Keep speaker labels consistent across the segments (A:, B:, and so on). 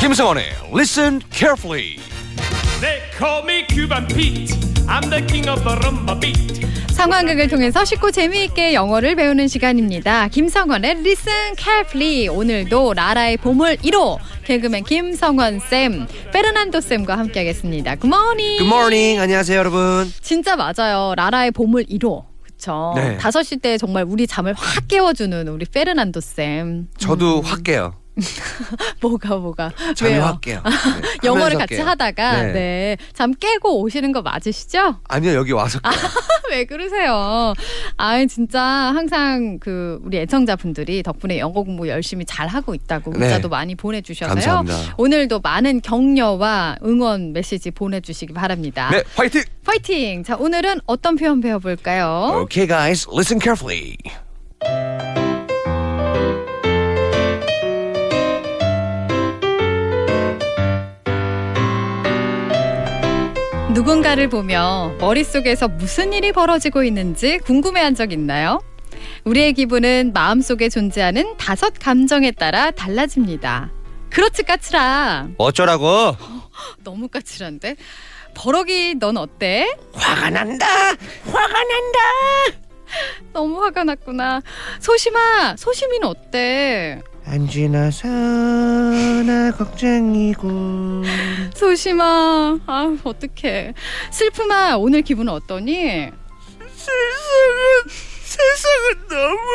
A: 심성원의 Listen Carefully.
B: They call me Cuban Pete. I'm the king of the rumba beat.
C: 상황극을 통해서 쉽고 재미있게 영어를 배우는 시간입니다. 김성원의 Listen Carefully. 오늘도 라라의 보물 1호 개그맨 김성원 쌤, 페르난도 쌤과 함께하겠습니다. 굿모닝.
D: 굿모닝 안녕하세요 여러분
C: 진짜 맞아요. 라라의 보물 1호. 그쵸.
D: 네.
C: 다섯 시 때 정말 우리 잠을 확 깨워주는 우리 페르난도 쌤.
D: 저도 확 깨요
C: 뭐가 뭐가.
D: 잠이
C: 음. 왜요?
D: 확 깨요 네,
C: 영어를
D: 하면서
C: 같이
D: 깨요.
C: 하다가
D: 네.
C: 네. 잠 깨고 오시는 거 맞으시죠?
D: 아니요 여기 와서 깨요
C: 왜 그러세요? 아 진짜 항상 그 우리 애청자분들이 덕분에 영어 공부 열심히 잘 하고 있다고
D: 네.
C: 문자도 많이 보내주셔서요.
D: 감사합니다.
C: 오늘도 많은 격려와 응원 메시지 보내주시기 바랍니다.
A: 네, 화이팅.
C: 파이팅! 자 오늘은 어떤 표현 배워볼까요?
D: Okay guys listen carefully
C: 누군가를 보며 머릿속에서 무슨 일이 벌어지고 있는지 궁금해한 적 있나요? 우리의 기분은 마음속에 존재하는 다섯 감정에 따라 달라집니다. 그렇지 까칠아.
D: 뭐 어쩌라고
C: 너무 까칠한데? 버럭이 넌 어때?
D: 화가 난다 화가 난다
C: 너무 화가 났구나. 소심아, 소심이는 어때?
D: 안 지나서 나 걱정이고
C: 소심아, 아 어떡해. 슬픔아, 오늘 기분은 어떠니?
D: 세상은 세상은 너무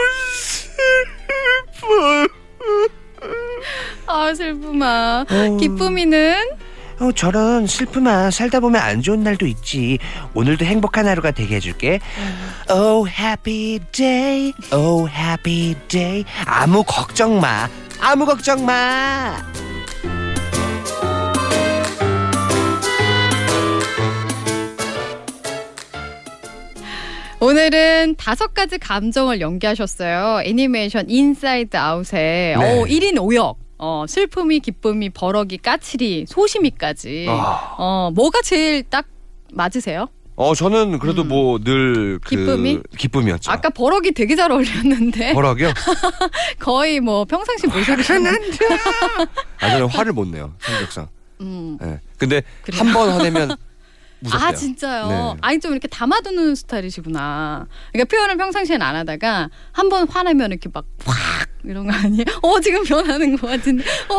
D: 슬퍼
C: 아 슬픔아,
D: 어.
C: 기쁨이는?
D: 어, 저런 슬픔아 살다 보면 안 좋은 날도 있지 오늘도 행복한 하루가 되게 해줄게 Oh happy day Oh happy day 아무 걱정 마 아무 걱정 마
C: 오늘은 다섯 가지 감정을 연기하셨어요. 애니메이션 인사이드
D: 네.
C: 아웃에 어, 1인 5역. 어, 슬픔이, 기쁨이, 버럭이, 까칠이, 소심이까지.
A: 아.
C: 어, 뭐가 제일 딱 맞으세요?
A: 어, 저는 그래도
C: 음.
A: 뭐 늘 그,
C: 기쁨이?
A: 기쁨이었죠.
C: 아까 버럭이 되게 잘 어울렸는데
A: 뭐라고요?
C: 거의 뭐 평상시 모습이
A: 아, 저는 화를 못 내요 성격상.
C: 음.
A: 예. 근데
C: 그래요?
A: 한 번 화내면 무섭대요.
C: 아 진짜요.
A: 네.
C: 아니 좀 이렇게 담아두는 스타일이시구나. 그러니까 표현을 평상시엔 안 하다가 한 번 화내면 이렇게 막 확 이런 거 아니에요? 어 지금 변하는 것 같은데. 어,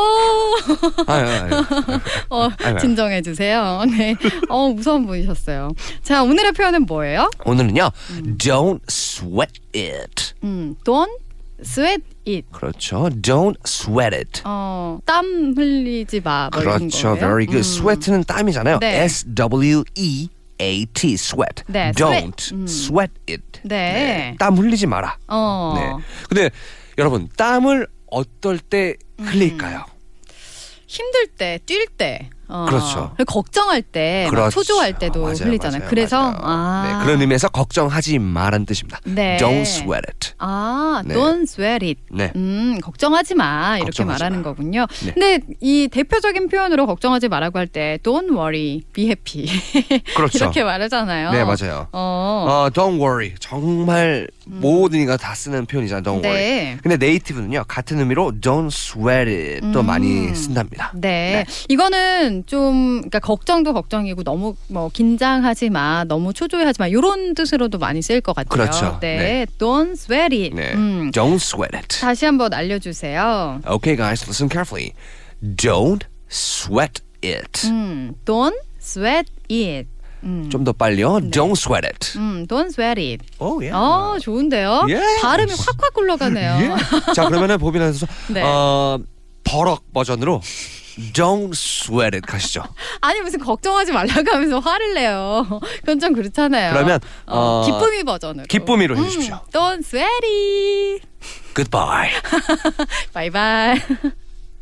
A: 아, 아, 아.
C: 어
A: 아이고.
C: 진정해 주세요. 네. 어 무서운 분이셨어요. 자 오늘의 표현은 뭐예요?
D: 오늘은요 Don't sweat it
C: 음, don't sweat it.
D: 그렇죠 Don't sweat it
C: 어, 땀 흘리지 마. 뭐 이런
D: 그렇죠
C: 거예요? 음.
D: very good sweat는 땀이잖아요
C: 네.
D: S W E A T sweat
C: 네,
D: Don't
C: sweat. 음.
D: sweat it
C: 네.
D: 땀 흘리지 마라
C: 어.
D: 네.
A: 근데 여러분 땀을 어떨 때
C: 음.
A: 흘릴까요?
C: 힘들 때, 뛸 때. 어,
D: 그렇죠.
C: 그리고 걱정할 때, 네, 막
D: 그렇죠.
C: 초조할 때도
D: 맞아요,
C: 흘리잖아요.
D: 맞아요,
C: 그래서
D: 맞아요.
C: 아,
D: 네, 그런 의미에서 걱정하지 마란 뜻입니다.
C: 네.
D: Don't sweat it.
C: 아,
D: 네.
C: don't sweat it.
D: 네.
C: 음, 걱정하지 마 이렇게
D: 걱정하지
C: 말하는
D: 마.
C: 거군요.
D: 네.
C: 근데 이 대표적인 표현으로 걱정하지 말라고 할 때 don't worry, be happy
D: 그렇죠.
C: 이렇게 말하잖아요.
D: 네, 맞아요.
C: 어, 음.
D: 어, don't worry. 정말 모든 이가 다 쓰는 표현이잖아요. Don't
C: 네.
D: worry. 근데 네이티브는요 같은 의미로 don't sweat it 또
C: 음.
D: 많이 쓴답니다.
C: 네. 이거는 좀 그러니까 걱정도 걱정이고 너무 뭐 긴장하지 마, 너무 초조해하지 마 이런 뜻으로도 많이 쓰일 것 같아요.
D: 그렇죠.
C: 네, don't sweat it.
D: 네.
C: 음.
D: Don't sweat it.
C: 다시 한번 알려주세요.
D: Okay, guys, listen carefully. Don't sweat it.
C: 음, don't sweat it. 음,
D: 좀 더 빨리요. Don't sweat it.
C: 음, don't sweat it.
D: Oh yeah.
C: 어, 좋은데요.
D: Yes.
C: 발음이 확확 굴러가네요.
D: 자 그러면은 보빈에서
C: 네.
D: 예? 어, 버럭 버전으로 Don't sweat it 가시죠.
C: 아니 무슨 걱정하지 말라고 하면서 화를 내요. 그건 좀 그렇잖아요.
D: 그러면,
C: 어,
D: 어,
C: 기쁨이 버전으로. 음,
D: 기쁨이로 해주십시오.
C: Don't sweat it.
D: Goodbye.
C: 바이바이.